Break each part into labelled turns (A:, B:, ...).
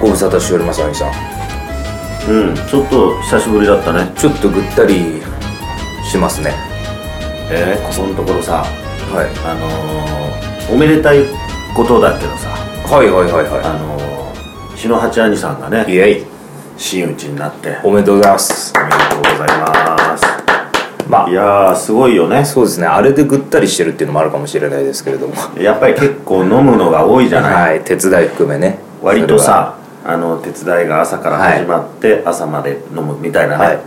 A: ご無沙汰しております兄さん
B: うんちょっと久しぶりだったね
A: ちょっとぐったりしますね
B: えー、ここのところさ
A: はい
B: あのー、おめでたいことだけどさ
A: はいはいはいは
B: あのー、篠八兄さんが
A: い
B: ね
A: イエイ
B: 真打ちになってお
A: おめでとうございます
B: めでとうございます
A: ま
B: いやーすごいよね
A: あそうですねあれでぐったりしてるっていうのもあるかもしれないですけれども
B: やっぱり結構飲むのが多いじゃない、
A: はい手伝い含めね
B: 割とさあの手伝いが朝から始まって、朝まで飲むみたいなね、
A: はい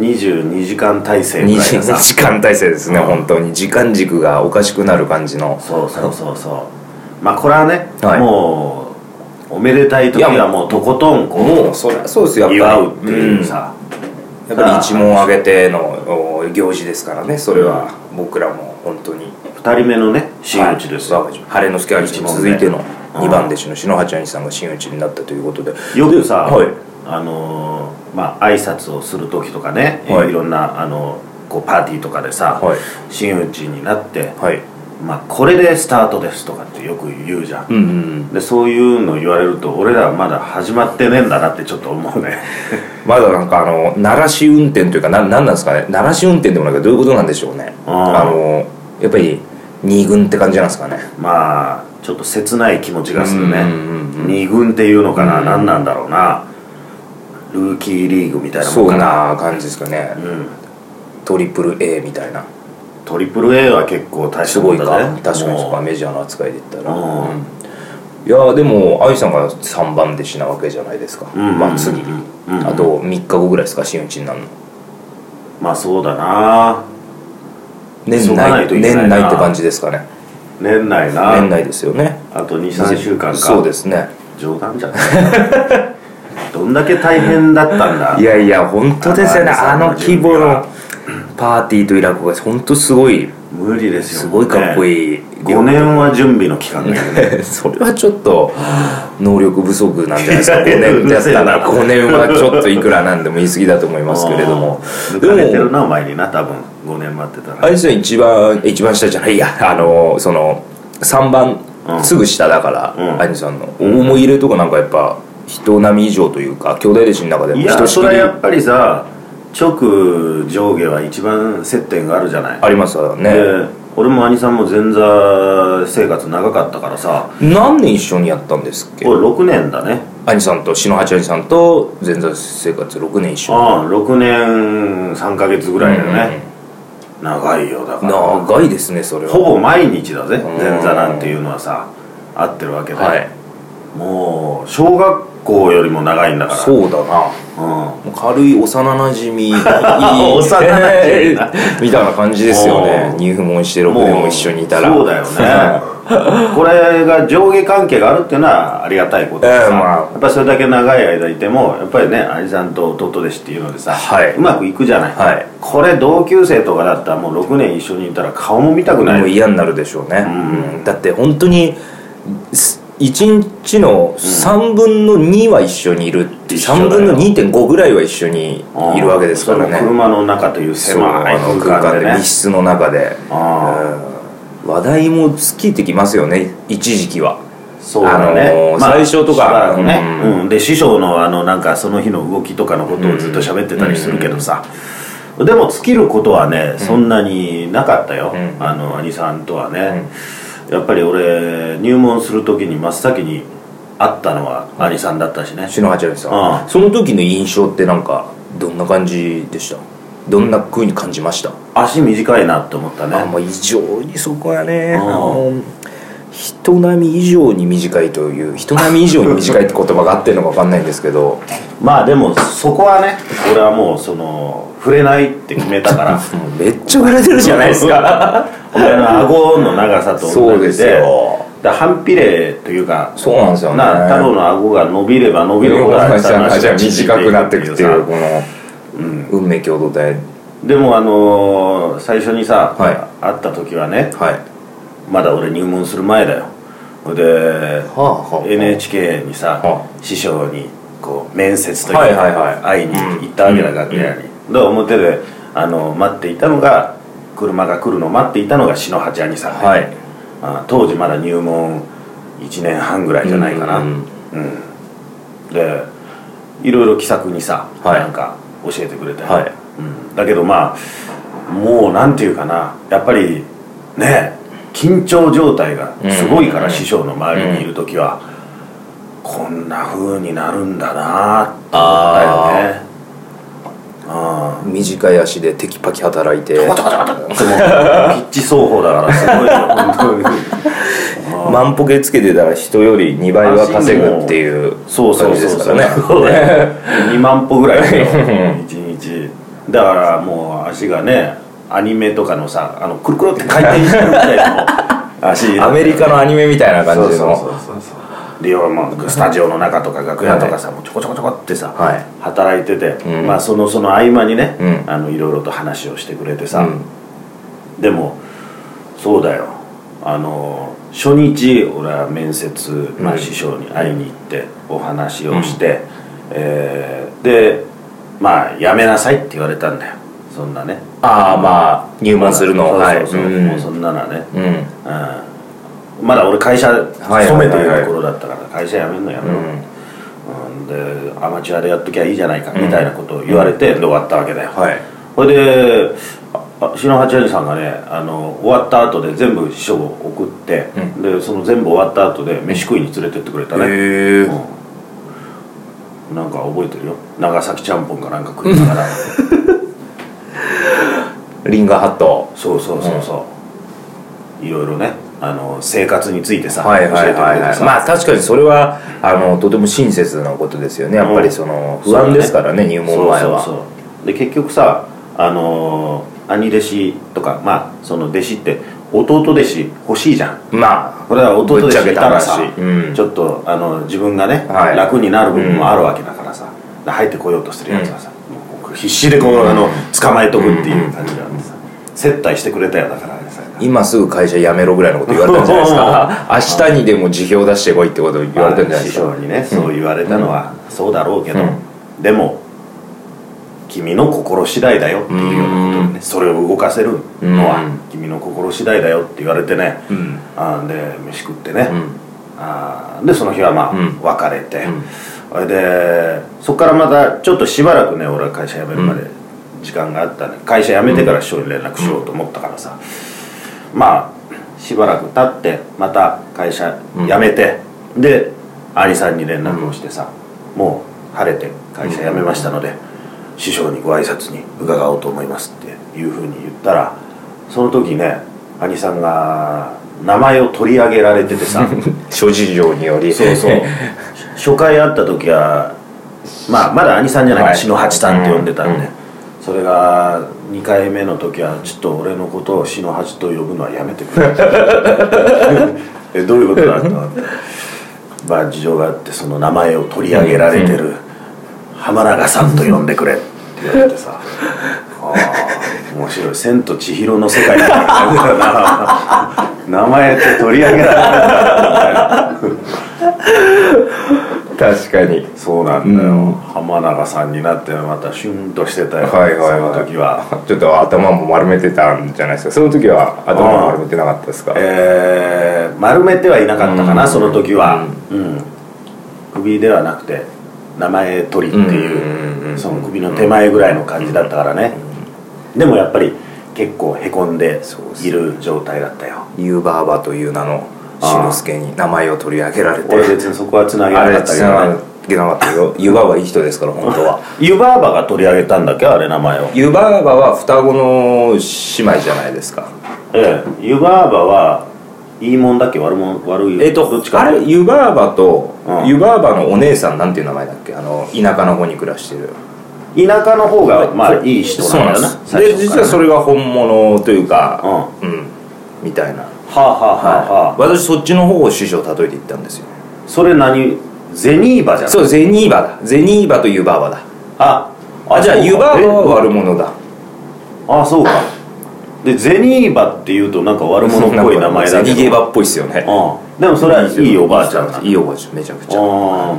B: 22時間体制
A: それ
B: み
A: が
B: たいな
A: 22
B: さ
A: 時間体制ですね、
B: うん
A: 本当に時間軸がおかしくなる感じの
B: そうそうそうそうまあこれはね、
A: はい
B: もうおめでたい時
A: いや
B: はもうとことんこ
A: もうそりゃそうですよ
B: う
A: や
B: 祝
A: っぱ
B: うっ
A: り
B: ていうさ、
A: うんやっぱり一問あげてのお行事ですからねそれは僕らも本当に
B: 2人目のね真打ちですよ、
A: はい晴れの助兄貴に続いての
B: うん
A: 2番弟子の篠八兄さんが真打ちになったということで
B: よくさ、
A: はい
B: あのーまあ挨拶をする時とかね、
A: はい
B: い、ろんなあのこうパーティーとかでさ、
A: はい
B: 真打ちになって、
A: はい
B: まあ、これでスタートですとかってよく言うじゃん、
A: うんうん
B: でそういうの言われると俺らはまだ始まってねえんだなってちょっと思うね
A: まだなんかあの鳴らし運転というかななんなんですかね鳴らし運転でもなんかどういうことなんでしょうね
B: あー
A: のやっぱり二軍って感じなんですかね
B: まあちょっと切ない気持ちがするね
A: うん
B: 二軍っていうのかな、何なんだろうなルーキーリーグみたいなも
A: そ
B: ん
A: う
B: かな
A: な感じですかね、
B: ん
A: トリプル A みたいな
B: トリプル A は結構大し
A: す
B: た
A: ご
B: もん
A: い
B: だ
A: か、
B: ね
A: 確かにそうか
B: も
A: メジャーの扱いで言ったら、
B: うん
A: うんいやーでも愛さんが3番弟子なわけじゃないですか、
B: んうんうん
A: まあ、次、
B: うんうん
A: あと3日後ぐらいですか真打ちになるの
B: うまあそうだな
A: 年
B: 急がな
A: 内
B: いといけない
A: 年
B: な
A: 内って感じですかね
B: 年内な
A: 年内ですよね
B: あと23週間か
A: そうですね
B: 冗談じゃない どんだけ大変だったんだ
A: いやいや本当ですよねあ
B: あの
A: の規模のパーティーとイラクが本当すごい
B: 無理ですよ
A: すごいかっこ
B: い
A: いい、
B: 5年は準備の 期間がいるね
A: それはちょっと能力不足なんじゃないですか5年 だったら5年はちょっといくらなんでも言い過ぎだと思いますけれど も
B: 抜かれて
A: で
B: る
A: も
B: なお前にな多分5年待ってた
A: あ
B: ら
A: れですよ一番一番下じゃないいやあのその3番、
B: うん
A: すぐ下だから、
B: うん
A: 兄さんの思い入れとかなんかやっぱ人並み以上というか兄弟弟子の中でも
B: い
A: ひと
B: や
A: し
B: そ
A: き
B: れは
A: り
B: やっぱりさ直上下は一番接点があるじゃない
A: ありますからね
B: で俺も兄さんも前座生活長かったからさ
A: 何年一緒にやったんですっけ
B: 俺6年だね
A: 兄さんと篠八兄さんと前座生活6年一緒
B: ああ6年3ヶ月ぐらいだよね、長いよだから
A: 長いですねそれは
B: ほぼ毎日だぜ
A: ん
B: 前座なんていうのはさ合ってるわけで、
A: はい
B: もう小学校よりも長いんだからう、
A: そうだな
B: うん、
A: もう軽い幼なじ みいい
B: 幼馴染な
A: みたいな感じですよね
B: おー
A: 入門して6
B: もう
A: 年も一緒にいたら
B: そうだよね これが上下関係があるっていうのはありがたいことで
A: え
B: さ、
A: えまあ
B: やっぱりそれだけ長い間いてもやっぱりね兄さんと弟弟子っていうのでさ、
A: はいう
B: まくいくじゃない、
A: はい
B: これ同級生とかだったらもう6年一緒にいたら顔も見たくない
A: もう嫌になるでしょうね、
B: ん
A: うんだって本当にす1日の3分の2は一緒にいるって、
B: 一緒だ
A: 3
B: よ
A: 分の2.5ぐらいは一緒にいるわけですから
B: その
A: ね
B: 車の中という
A: そう
B: 狭い
A: あの空
B: 空間
A: 間
B: で
A: で
B: ね
A: 密室の中で
B: あ
A: うん話題も尽きてきますよね一時期は
B: あそうだね、
A: あのー最初とか
B: しばらくね、
A: う
B: うんで師匠のあのなんかその日の動きとかのことをずっと喋ってたりするけどさ、でも尽きることはねそんなになかったよ、
A: う
B: あの兄さんとはね、やっぱり俺入門する時に真っ先に会ったのは兄さんだったしね、
A: 篠八郎さん、
B: うん
A: その時の印象ってなんかどんな感じでしたどんな風に感じました、
B: 足短いなって思ったね
A: あもう異常にそこはね、
B: うん
A: あの人並み以上に短いという人並み以上に短いって言葉があってるのか分かんないんですけど
B: まあでもそこはね俺はもうその触れないって決めた から
A: めっちゃ売れてるじゃないですか
B: お前の顎の長さと
A: そう
B: 同
A: で
B: じ
A: す
B: で
A: よ
B: だから反比例というか
A: そうなんですよね
B: な太郎の顎が伸びれば伸びるほど
A: が
B: 足の足が
A: 短くなってくってい
B: 縮
A: うん
B: で
A: この、運命共同体
B: さでもあのー最初にさ、
A: はい
B: 会った時はね
A: はい
B: まだ俺入門する前だよで
A: はあはあ
B: NHK にさ、
A: は
B: 師匠にこう面接というか、
A: はいはいはい
B: 会いに行ったわけだ、
A: うん
B: 楽屋に、で表であの待っていたのが車が来るのを待っていたのが篠八兄さんで、
A: はい
B: あ当時まだ入門1年半ぐらいじゃないかな、
A: う
B: うんんでいろいろ気さくにさ、
A: はい
B: なんか教えてくれて、
A: はい
B: うん、だけどまあもうなんていうかなやっぱりね緊張状態がすごいから、
A: うん
B: 師匠の周りにいる時は、こんな風になるんだなって思ったよねあ
A: 短い足でテキパキ働いて
B: あでもピッチ奏法だからすごいよ本当に。
A: 万ンポケつけてたら人より2倍は稼ぐっていう
B: そうそう
A: 感じ
B: そ
A: で
B: う
A: す
B: そ
A: か
B: う、
A: らね
B: 2万歩ぐらいだよ1日だからもう足がねアニメとかのさあのくるくるって回転してるみたいな足
A: アメリカのアニメみたいな感じ
B: そうそ
A: の
B: うそうそうで要はもうスタジオの中とか楽屋とかさ、もうちょこちょこちょこってさ、
A: はい
B: 働いてて、
A: うん
B: まあそのその合間にね、
A: うん
B: あのいろいろと話をしてくれてさ、
A: うん
B: でもそうだよあの初日俺は面接、まあ、
A: うん
B: 師匠に会いに行ってお話をして、えーでまあやめなさいって言われたんだよそんなね
A: ああまあ入門するの
B: そう
A: はい
B: そうそう、
A: うん
B: もうそんなのはね、
A: うん
B: うんまだ俺会社勤めている頃だったから会社辞めるのやめろ、うんでアマチュアでやっときゃいいじゃないかみたいなことを言われて、で終わったわけだよ、
A: はい
B: それでああ篠八兄さんがねあの終わった後で全部師匠を送って、でその全部終わった後で飯食いに連れてってくれたね、
A: へえ
B: うんなんか覚えてるよ長崎ちゃんぽんかなんか食いな がら
A: リンガーハット
B: そうそうそうそう、いろいろねあの生活についてさ、
A: はいはいはい
B: 教えてくれ
A: は
B: て
A: い
B: さ
A: まあ確かにそれはあのとても親切なことですよねやっぱりその不安ですからね入門前
B: そ
A: は
B: うそうそうで結局さあのー兄弟子とかまあその弟子って弟弟子欲しいじゃん
A: まあ
B: これは弟弟子いたらさ
A: ぶっちゃけた話うん
B: ちょっとあの自分がね、
A: はい
B: 楽になる部分もあるわけだからさ、で入ってこようとするやつはさ、もう必死でこのあの捕まえとくっていう感じなんでさ、接待してくれたよだからねさ
A: 今すぐ会社辞めろぐらいのこと言われたんじゃ ないですか明日にでも辞表出してこいってこと言われたんじゃないです
B: まあ
A: か
B: 師匠にねそう言われたのはそうだろうけど、でも君の心次第だよっていうようなことでねそれを動かせるの
A: う
B: は
A: ん
B: 君の心次第だよって言われてね、
A: うん
B: あーで飯食ってね、
A: うん
B: あーでその日はまあ
A: うん
B: 別れて、
A: ん
B: それでそこからまたちょっとしばらくね俺は会社辞めるまで時間があったんで会社辞めてから師匠に連絡しようと思ったからさ、まあしばらく経ってまた会社辞めて、で兄さんに連絡をしてさ、もう晴れて会社辞めましたので、師匠にご挨拶に伺おうと思いますっていうふうに言ったらその時ね兄さんが名前を取り上げられててさ
A: 諸事情により
B: そうそう 初回会った時はまあまだ兄さんじゃないか、
A: はい
B: 篠八さんって呼んでたんで、
A: うん
B: それが2回目の時はちょっと俺のことを篠八と呼ぶのはやめてく れえどういうことだと思ってまあ事情があってその名前を取り上げられてる浜永さんと呼んでくれって言われて さああ面白い「千と千尋の世界」みたいな感じだな 名前って取り上げられてる
A: 確かに
B: そうなんだよ、
A: うん
B: 浜永さんになってまたシュンとしてたよ、
A: はいはいはい
B: その時は
A: ちょっと頭も丸めてたんじゃないですかその時は頭も丸めてなかったですか
B: えー丸めてはいなかったかな、
A: うん
B: その時は、うん首ではなくて名前取りってい
A: う
B: う,、
A: ん
B: その首の手前ぐらいの感じだったからね、でもやっぱり結構へこんでいる状態だったよ
A: ユーバーバという名のしのすけに名前を取り上げられて
B: 俺別にそこはつなげな
A: あ
B: か
A: れ
B: った
A: つ
B: け
A: な
B: ど、
A: が
B: ね、
A: ってなかったけどユーバーバいい人ですから本当は
B: 湯婆婆が取り上げたんだっけあれ名前を
A: ユーバーバは双子の姉妹じゃないですか
B: ええ湯婆婆はいいもんだっけ悪もん悪い
A: えっと
B: どっちか
A: あれユーバーバと
B: うん
A: ユーバーバのお姉さんなんていう名前だっけあの田舎の方に暮らしてる
B: 田舎の方がまあいい人
A: そう
B: なん
A: な
B: だ
A: ん
B: な
A: ですで実はそ
B: れ
A: れが本物というかうんみたいな
B: はあはあはあはあ、
A: 私そっちの方を師匠を例えていったんですよ
B: それ何ゼニーバじゃん
A: そうゼニーバだゼニーバとユバーバだ
B: あ
A: あじゃあ
B: そうか
A: ユバーバは悪者だ
B: えあそうかでゼニーバっていうとなんか悪者っぽい名前だけ
A: ゼ
B: ど
A: ニゲーバっぽいっすよね
B: うん、でもそれはいいおばあちゃんない
A: いおばあちゃんめちゃくち
B: あ
A: ゃ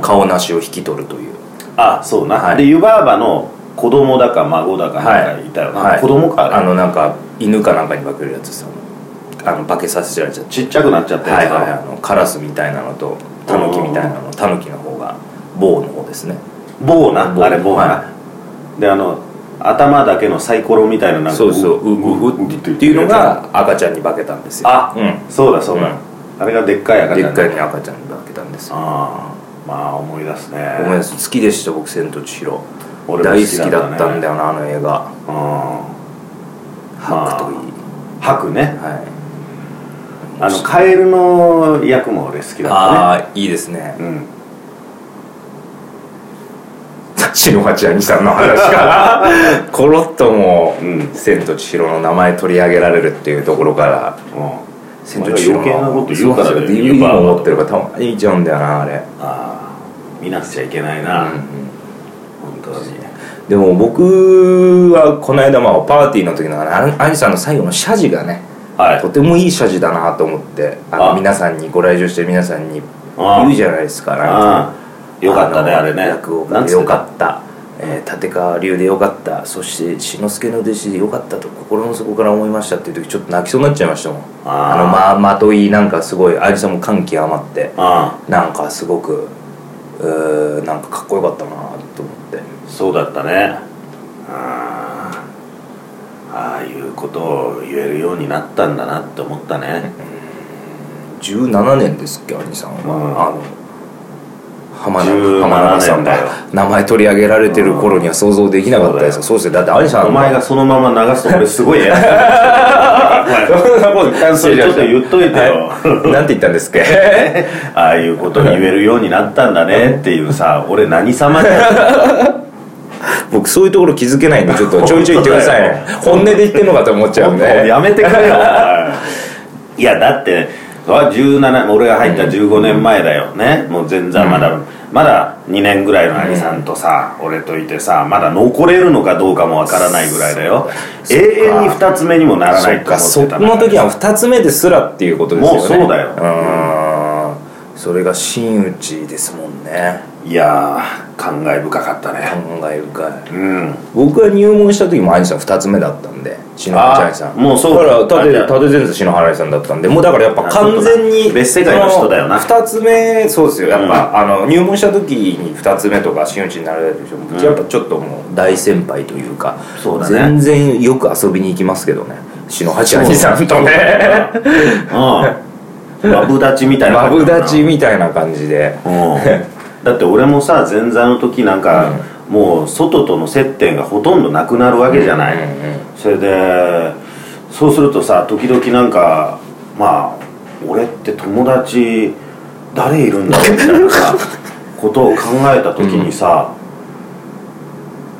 B: ー
A: 顔なしを引き取るという
B: あそうな、
A: はい
B: で湯婆婆の子供だか孫だかなんかいたよな、
A: はい
B: 子供かあ
A: あ
B: れ
A: のなんか犬かなんかに化けるやつさあの化けさせられちゃって
B: ちっちゃくなっちゃった
A: は
B: や
A: い
B: つ
A: はいあのカラスみたいなのとタヌキみたいなのタヌキの方が某の方ですね
B: 棒な
A: 棒
B: あれ棒な、
A: は
B: であの頭だけのサイコロみたいななんか
A: そうそううううってっていうのが赤ちゃんに化けたんですよ
B: あ、
A: う
B: そうだそうだ、あれがでっかい赤
A: ん
B: ち
A: で
B: ゃ
A: っ
B: ん
A: かい
B: あ
A: に赤ちゃんに化けたんですよ
B: あーまあ思い出すね
A: ごめんなさい好きでした僕「千と千尋」
B: 俺も
A: 大
B: 好き
A: 好き
B: だったね
A: だったんだよなあの映画
B: うんま
A: 白といい
B: あ白ね
A: はい
B: あのカエルの役も俺好きだったね
A: ああいいですね
B: うん
A: 立野八兄さんの話からコロッとも
B: うん
A: う「千と千尋」の名前取り上げられるっていうところから
B: う
A: 「
B: んお前が余計なこと言うから
A: そうな
B: だよ
A: んですよ DVD も持ってるからたまにいちゃうんだよなあれ
B: ああ見なくちゃいけないな、本当に
A: でも僕はこの間まあパーティーの時のあの兄さんの最後の謝辞がね
B: はい
A: とてもいい謝辞だなと思ってあの
B: あ
A: 皆さんにご来場してる皆さんに
B: あ
A: 言うじゃないですかなんか
B: ああよかったね
A: の
B: あれね
A: 落語
B: な
A: 家
B: ん
A: で
B: つっ
A: よ
B: て
A: かった、えー立川流でよかったそして志の輔の弟子でよかったと心の底から思いましたっていう時ちょっと泣きそうになっちゃいましたもん
B: あー
A: のまあまといなんかすごい兄さんも感極まって
B: あ
A: なんかすごくうーなんかかっこよかったなと思って
B: あそうだったねああああいうことを言えるようになったんだなって思っ たね
A: 17年ですっけ兄さんは、
B: うん
A: あの浜
B: 17
A: 中浜中さんが
B: 年だよ
A: 名前取り上げられてる頃には想像できなかったですよそうですよだって兄さん
B: お前がそのまま流すと俺すごいやつ
A: そんなこと感
B: それちょっと言っといてよ
A: なんて言ったんですっ け
B: ああいうことを言えるようになったんだねっていうさ俺何様じゃん
A: 僕そういうところ気づけないんでちょっとちょいちょい言ってください ね本音で言ってんのかと思っちゃうん
B: 本当
A: で
B: やめてくれよ おいいやだってそれは17俺が入った15年前だよねもう全然まだ、まだ2年ぐらいの兄さんとさ、俺といてさまだ残れるのかどうかもわからないぐらいだよ永
A: っか
B: 遠に2つ目にもなら
A: そ
B: な
A: っ
B: いと思
A: か
B: っ
A: そ
B: てたな
A: の時は2つ目ですらっていうことですよね
B: もうそうだよ
A: うんそれが真打ちですもんね
B: いやー感慨深かったね
A: 感慨深い
B: うん
A: 僕が入門した時も兄さん2つ目だったんで篠原兄さん
B: あもうそ
A: だ
B: う
A: から
B: あ
A: 立立前座篠原兄さんだったんでもうだからやっぱ完全
B: あそう
A: に
B: だ別世界の人だよな
A: 2つ目そうですよやっぱ、あの入門した時に2つ目とか真打ちになられるでしょ、うやっぱちょっともう大先輩というか
B: そうだね
A: 全然よく遊びに行きますけどね篠原兄さんとね
B: うんマブダチみたいな
A: マ
B: 感
A: ブ
B: じだな
A: ダチみたいな感じで
B: うんだって俺もさ前座の時なんか、もう外との接点がほとんどなくなるわけじゃない、
A: うんうん
B: それでそうするとさ時々なんかまあ俺って友達誰いるんだろうみたいなさことを考えた時にさ、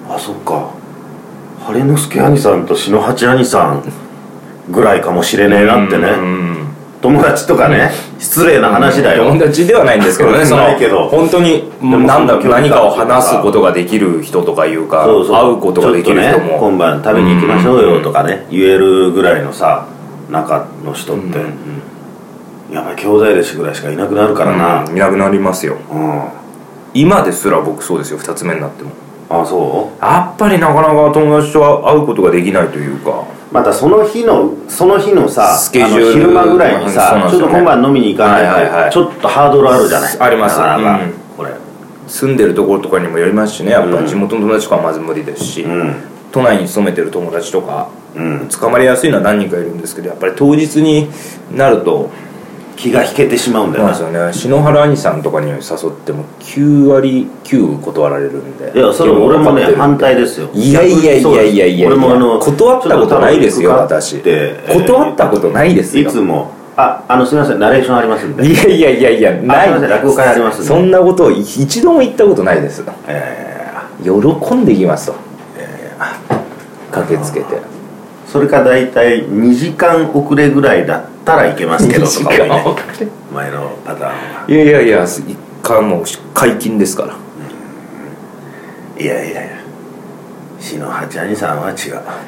B: あそっか晴之助兄さんと篠八兄さんぐらいかもしれねえなってね、
A: うん
B: 友達とかね、失礼な話だよ、
A: 友達ではないんですけどねその
B: ないけど
A: 本当に
B: も
A: 何だ
B: その距離
A: 何かを
B: 感とか
A: 話すことができる人とかいうか
B: そうそう
A: 会うことができる人
B: ちょっとね、
A: も
B: 今晩食べに行きましょうよとかね、言えるぐらいのさ中の人って、やばい兄弟弟子ぐらいしかいなくなるからな
A: うんいなくなりますよ
B: うん、
A: 今ですら僕そうですよ2つ目になっても
B: あそ
A: やっぱりなかなか友達と会うことができないというか
B: うまたその日のその日のさ
A: スケジュール
B: あの昼間ぐらい
A: う
B: にさ、
A: んそうなんです
B: ちょ
A: よ
B: っ
A: ね
B: と今晩飲みに行かないと、
A: はいはいはい
B: ちょっとハードルあるじゃない
A: あります
B: なかなか、
A: うん
B: これ
A: 住んでるところとかにもよりますしねやっ
B: う
A: ぱ
B: ん
A: 地元の友達とかはまず無理ですし、
B: うん
A: 都内に勤めてる友達とか
B: うん
A: 捕まりやすいのは何人かいるんですけどやっぱり当日になると
B: 気が引けてしまうんだよ
A: なん
B: な、
A: ですよね篠原兄さんとかに誘っても9割9断られるんで
B: いやそれ俺も
A: 分か
B: ね
A: ってる
B: 反対ですよ
A: いやいやいやいやいや
B: 俺もあの
A: 断ったことないですよ
B: ちょっと頼み
A: 私
B: に行くかって
A: 断ったことないです
B: い
A: よ
B: つもああのすみませんナレーションありますんで
A: いやいやいやいやない
B: すいません落語会ありますんで
A: そんなことを一度も言ったことないです
B: え
A: 喜んできますと駆けつけて
B: ーそれか大体2時間遅れぐらいだったらいけますけどとか多いね前のパターンはい
A: やいやいや一回もう解禁ですから
B: いやいやいや篠八兄さんは違う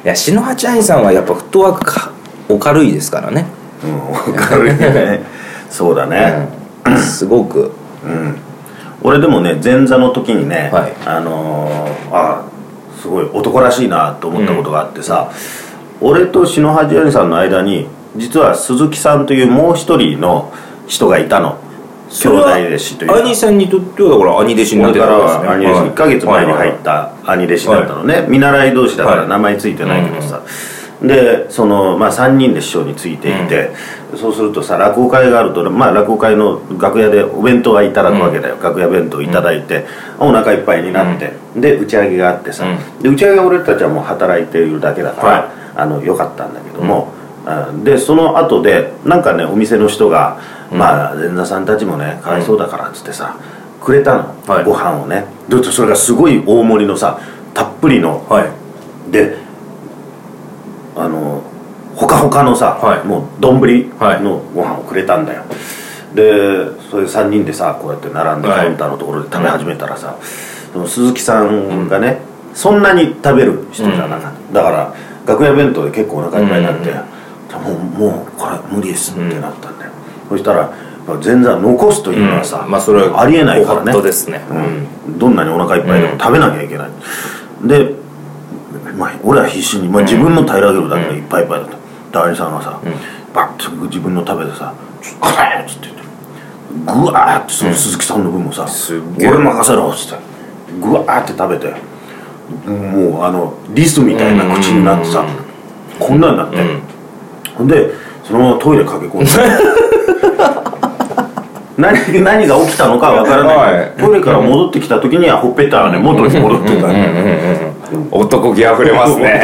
A: いや篠八兄さんはやっぱフットワークかお軽いですからね
B: うん分かるよ ねそうだね
A: うんすごく
B: うん俺でもね前座の時にね、
A: はい
B: あのーあすごい男らしいなと思ったことがあってさ、俺と篠八兄さんの間に実は鈴木さんというもう一人の人がいたの
A: それは
B: 兄弟弟子というか
A: 兄さんにとってはだから兄弟子になっ
B: 俺
A: て
B: か
A: た
B: ら
A: わけ
B: は兄弟子、1ヶ月前に入
A: っ
B: った兄弟子だったのね、見習い同士だから名前ついてないけどさ、でその、まあ、3人で師匠についていて、そうするとさ落語会があると、まあ、落語会の楽屋でお弁当がいただくわけだよ、楽屋弁当いただいて、お腹いっぱいになって、で打ち上げがあってさ、で打ち上げは俺たちはもう働いているだけだから、
A: はい
B: あのよかったんだけども、あでその後でなんかねお店の人が「まあ前座さんたちもねかわいそうだから」っつってさくれたの、
A: はい
B: ご飯をねでそれがすごい大盛りのさたっぷりの
A: はい
B: であのほかほかのさ、
A: はい
B: もう丼
A: はい
B: のご飯をくれたんだよ、でそれで3人でさこうやって並んで
A: はい
B: カウンターのところで食べ始めたらさ、その鈴木さんがね、そんなに食べる人じゃなかった、だから楽屋弁当で結構お腹いっぱいになって、もうもうこれ無理ですってなったんだよ、そしたら全然残すというのはさ、
A: うんまあそれは
B: ありえないからね
A: ご法度ですね
B: うん、どんなにお腹いっぱいでも食べなきゃいけない、でまあ、俺は必死に、まあ、自分の平らげるだけでいっぱいいっぱいだった、で兄さんがさ、バッと自分の食べてさ「ちょっとこれ!」っつって言ってぐわーってその鈴木さんの分もさ
A: すっ
B: 「
A: げえ
B: 俺任せろ」っつってぐわーって食べてもうあのリスみたいな口になってさ、こんなんなって、ほんでそのままトイレ駆け 込んで何何が起きたのかわからない、
A: はい
B: トイレから戻ってきた時にはほっぺたはね元に戻ってたね
A: 男気あふれますね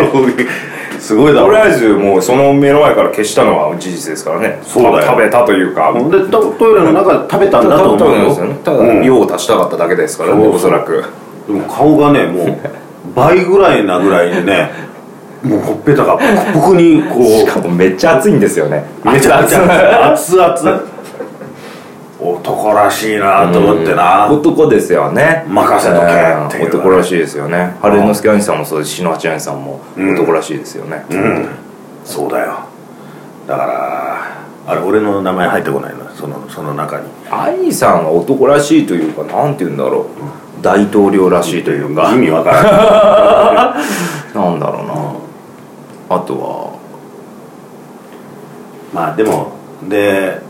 B: すごいだ
A: とり
B: ろ
A: あえずもうその目の前から消したのは事実ですからね
B: そうだよ
A: 食べたというか
B: でトトイレの中で食べたんだと
A: 食べ
B: 思う
A: たん
B: よ
A: ですよねた
B: う
A: だ
B: ん
A: 用を足したかっただけですからね
B: そう
A: おそらく
B: でも顔がねもう倍ぐらいなぐらいでねもうほっぺたがポクポクにこ
A: し
B: う
A: かもめっち ゃ熱いんですよね
B: めちゃめち
A: め
B: ゃ熱々男らしいなと思ってな
A: 男ですよね
B: 任せとけっていうね
A: うん男らしいですよね春之助兄さんもそうです篠八兄さんも
B: うん
A: 男らしいですよね
B: うんそうだよだからあれ俺の名前入ってこないのそのその中に
A: 兄さんは男らしいというかなんて言うんだろう大統領らしいというか
B: 意味わから ない
A: なんだろうなあとは
B: まあでもで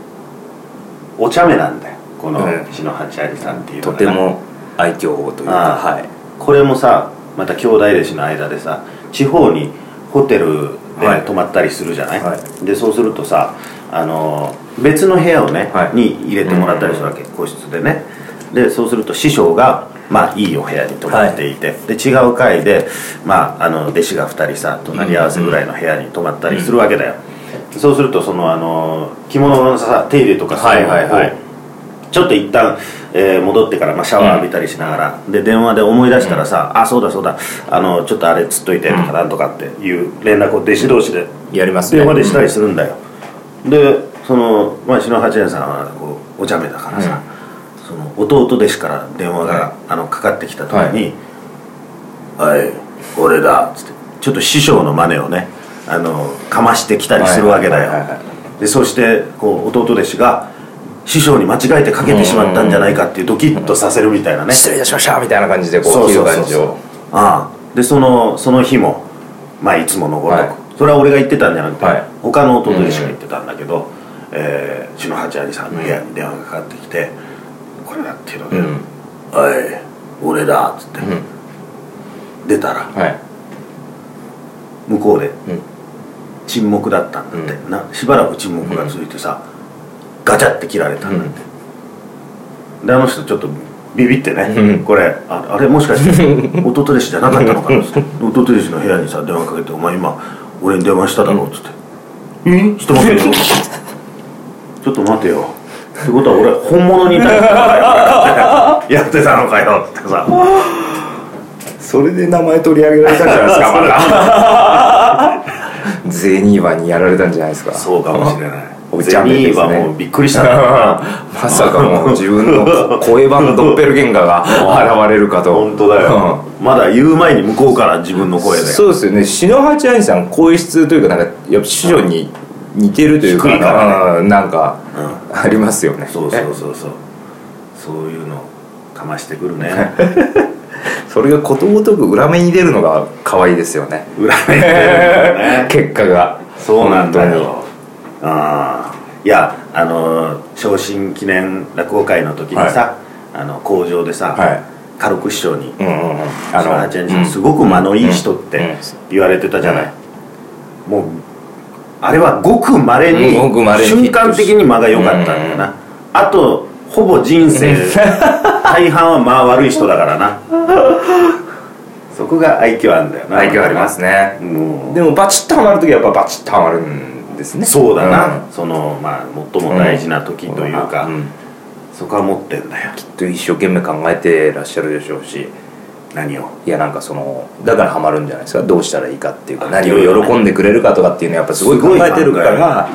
B: お茶目なんだよこの
A: うん
B: 篠八兄さんっていうの
A: と
B: が
A: ても愛嬌というか
B: ああ
A: はい
B: これもさまた兄弟弟子の間でさ地方にホテル
A: は
B: で
A: い
B: 泊まったりするじゃない、
A: は
B: でそうするとさあの別の部屋をね、
A: はい
B: に入れてもらったりするわけ、個室でねでそうすると師匠がまあいいお部屋に泊まっていて、で違う階で、まあ、あの弟子が2人さ隣り合わせぐらいの部屋に泊まったりするわけだよ、そうするとそのあの着物のさ手入れとかそういうのを、
A: はいはいはい
B: ちょっと一旦、えー戻ってから、まあ、シャワー浴びたりしながら、で電話で思い出したらさ「あそうだそうだあのちょっとあれつっといて」とかなんとかっていう連絡を弟子同士で
A: やりますね
B: 電話でしたりするんだよ、でその、まあ、篠八年さんはこうお茶目だからさ、その弟弟子から電話が、
A: は
B: あのかかってきた時に「はい、俺だ」っつってちょっと師匠の真似をねあのかましてきたりするわけだよ、
A: はいはいはいは
B: でそしてこう弟弟子が師匠に間違えてかけてしまったんじゃないかっていうドキッとさせるみたいなね
A: 失礼いたしましたみたいな感じでこう切る感じを
B: ああでそのその日もまあいつものごとく、
A: はい
B: それは俺が言ってたんじゃなくて、
A: はい
B: 他の弟弟子が言ってたんだけど、えー篠八兄さんの部屋に電話がかかってきて「これだ」っていうので
A: うん
B: 「おい俺だ」っつって、出たら
A: はい
B: 向こうで
A: うん
B: 沈黙だったんだって、
A: う
B: なしばらく沈黙が続いてさ、ガチャって切られたんだって、であの人ちょっとビビってね、
A: うん
B: これああれもしかして弟弟子じゃなかったのかなっつって弟弟子の部屋にさ電話かけて「お前今俺に電話しただろ」っつって「ちょっと待てよ」ちょっと待てよ」ってことは俺本物に対してやってたのかよってさ
A: それで名前取り上げられたんじゃないです か まだゼニーバにやられたんじゃないです か
B: そうかもしれない
A: お
B: ゼ
A: 茶目
B: ニ
A: で
B: ー
A: すね
B: はもう びっくりしたね
A: まさかもう自分の声版ドッペルゲンガー が現れるかと
B: 本当だよ、まだ言う前に向こうから自分の
A: うん
B: 声で
A: そうですよね篠八兄さん声質というかなんかやっぱ師匠に似てるというか
B: 低いから
A: うんなんか
B: う
A: ありますよね
B: そうそうそうそうそういうのかましてく るね
A: それがことごとく裏目に出るのが可愛いですよね
B: 裏目に出るんだよね
A: 結果が
B: そうなんだよああいやあの昇進記念落語会の時にさ、あの工場でさ、
A: はい
B: 軽く師匠に
A: うんうんうん
B: 「あのちゃん
A: うん
B: すごく間のいい人」って言われてたじゃない、もうあれはごくまれに
A: うんごく稀に
B: 瞬間的に間が良かったんだよな、あとほぼ人生 大半は間悪い人だからなそこが愛嬌あるんだよな
A: 愛嬌ありますね
B: も
A: でもバチッとはまるときはやっぱバチッとはまるんです
B: う
A: ね
B: そうだな、
A: ん
B: そのまあ最も大事な時というか、
A: ん
B: そこは持ってんだよ
A: きっと一生懸命考えてらっしゃるでしょうし
B: 何を
A: いやなんかそのだからハマるんじゃないですかどうしたらいいかっていうか
B: あ
A: 何
B: いろいろ
A: を
B: ね
A: 喜んでくれるかとかっていうのはやっぱすごい考えてるから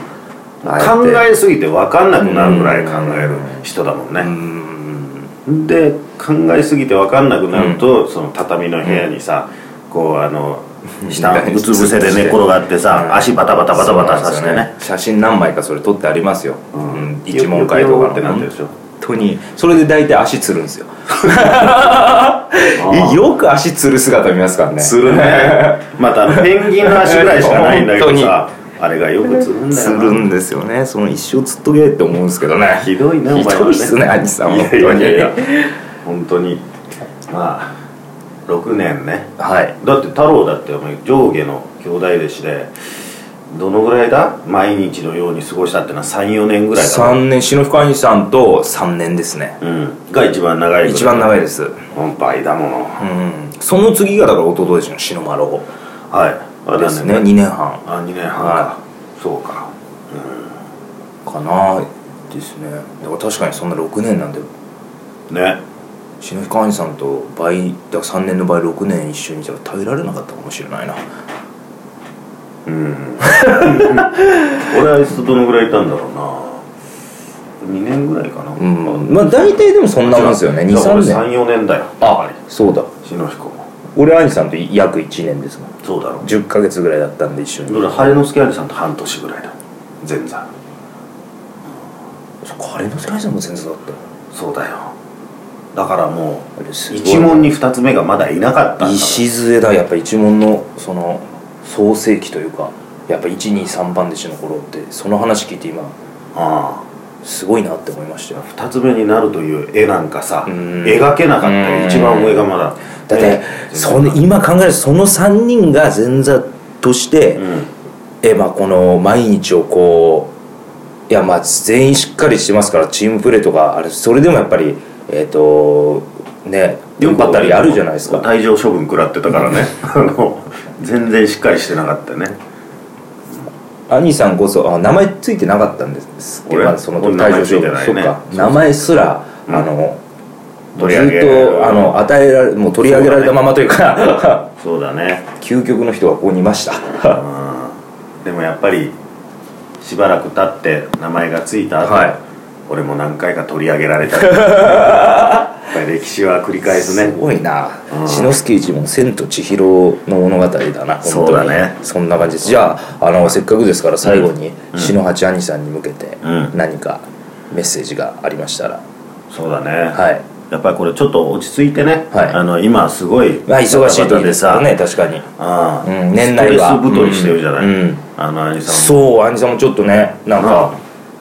A: あえて
B: 考えすぎて分かんなくなるぐらい考える人だもんね、
A: うん
B: で考えすぎて分かんなくなると、その畳の部屋にさ、こうあの下うつ伏せで寝転がってさ、
A: うん
B: 足バタバタバタバタさ
A: そ
B: せ
A: うな
B: て
A: んですよ
B: ね
A: 写真何枚かそれ撮ってありますよ、うん一問会と
B: よ
A: か
B: よってなってるでしょ
A: 本当にそれで大体足つるん ですよ
B: ー
A: よく足つる姿見ますからね
B: つるねまたあのペンギンの足ぐらいしかないんだけどさ
A: 本
B: あれがよくつるんだ
A: つ
B: よ
A: る
B: なん
A: ですよねその一生つっとけって思うんですけどね
B: ひどいねお前
A: ひどいっすね
B: は
A: 兄さん本
B: いや
A: 当
B: い
A: に
B: やいや本当にまあ6年ね
A: はい
B: だって太郎だってお前上下の兄弟弟子でどのぐらいだ毎日のように過ごしたってのは34年ぐらいだな
A: 3年篠深兄さんと3年ですね
B: うんが一番長いぐらい
A: 一番長いですう
B: 本倍だものは
A: んその次がだから弟ですよ篠丸を
B: いあれ
A: ですね2年半
B: あ2年半か、
A: は
B: そうか
A: かなですねだから確かにそんな6年なんで
B: ね
A: 篠塚兄さんと倍だから3年の倍6年一緒にじゃ耐えられなかったかもしれないな
B: うん俺あいつとどのぐらいいたんだろうな2年ぐらいかな、
A: うんまあ大体でもそんなもんですよね23年
B: 34年だよ
A: あそうだ
B: 篠彦も
A: 俺兄さんと約1年ですもん
B: そうだろ
A: 10ヶ月ぐらいだったんで一緒に
B: 俺晴れの助兄さんと半年ぐらいだ前座
A: そっかあれの世界さんも全然だった
B: そうだよだからも
A: あれす
B: う
A: ごい
B: 一門に二つ目がまだいなかったんだ
A: 礎だやっぱ一門のその創世期というかやっぱ123番弟子の頃ってその話聞いて今
B: あ
A: すごいなって思いましたよ
B: あ二つ目になるという絵なんかさ
A: うん
B: 描けなかったよ
A: うん
B: 一番上がまだ
A: だって、
B: ね
A: その今考えるとその3人が前座として、
B: うん
A: えまあこの毎日をこういやまあ全員しっかりしてますからチームプレーとかあれそれでもやっぱりえっ、とね頑張ったりあるじゃないですか
B: 退場処分食らってたから ねあの全然しっかりしてなかったよね
A: 兄さんこそあ名前ついてなかったんですけど
B: 俺
A: まあその退
B: 俺
A: 場
B: 名前ついてないね
A: そっか
B: そうそう
A: 名前すら
B: うん
A: あのず
B: 取り上げ
A: っとあの与えられもう取り上げられたままというか
B: そうだね
A: 究極の人がここにいました
B: うんでもやっぱりしばらく経って名前がついた後、
A: はい
B: 俺も何回か取り上げら れたやっぱり歴史は繰り返すね
A: すごいな
B: うん
A: 篠介一門千と千尋の物語だな本当に
B: そうだね
A: そんな感じですじゃああのせっかくですから最後に篠八兄さんに向けて
B: うん
A: 何かメッセージがありましたら、
B: そうだね、
A: はい
B: やっぱりこれちょっと落ち着いてね、
A: はい
B: あの今すごい
A: まあ忙しい時ですから
B: バ
A: ね確かに、
B: タバタでさ、
A: う
B: うん
A: 年内は
B: ストレス太りしてるじゃない、
A: うんうん
B: あの兄さんも
A: そう兄さんもちょっとねなんか、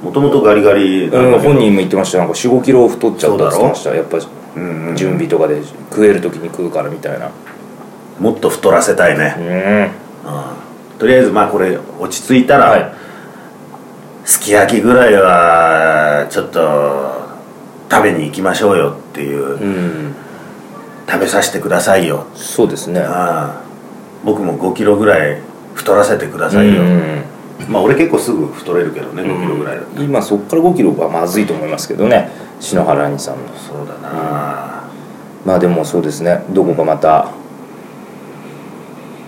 B: もともとガリガリなん
A: う
B: だけど
A: ん、本人も言ってましたなんか4 5キロ太っちゃったって言ってましたやっぱ
B: うんうん
A: 準備とかで食える時に食うからみたいな
B: もっと太らせたいね、
A: うん
B: うんとりあえずまあこれ落ち着いたら、
A: はい
B: すき焼きぐらいはちょっと食べに行きましょうよっていう、
A: うん
B: 食べさせてくださいよ
A: そうですね
B: ああ僕も5キロぐらい太らせてくださいよ、
A: うん
B: まあ俺結構すぐ太れるけどね5キロぐらいだと、
A: 今そこから5キロがまずいと思いますけどね篠原兄さんの
B: そうだな、
A: まあでもそうですねどこかまた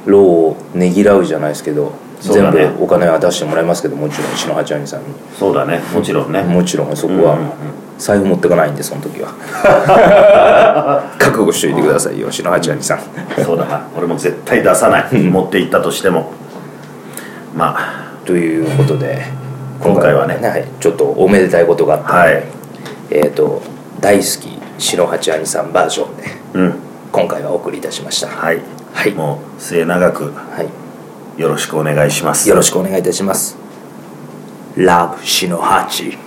A: 労をねぎらうじゃないですけど、
B: そうだ
A: 全
B: ね
A: 部お金は出してもらいますけどもちろん篠原兄さんに
B: そうだねもちろんね、
A: もちろんそこ
B: うんうんうん
A: は財布持ってかないんでその時 は覚悟しといてくださいよ篠原兄さん
B: そうだな俺も絶対出さない持って行ったとしてもまあ
A: ということで
B: 今回はね
A: はい、ちょっとおめでたいことがあった
B: はい
A: えっ、と大好き篠原兄さんバージョンで
B: うん
A: 今回はお送りいたしましたは
B: はい、
A: はい
B: もう末永く
A: い
B: よろしくお願いします
A: よろしくお願いいたします。ラブシのハチ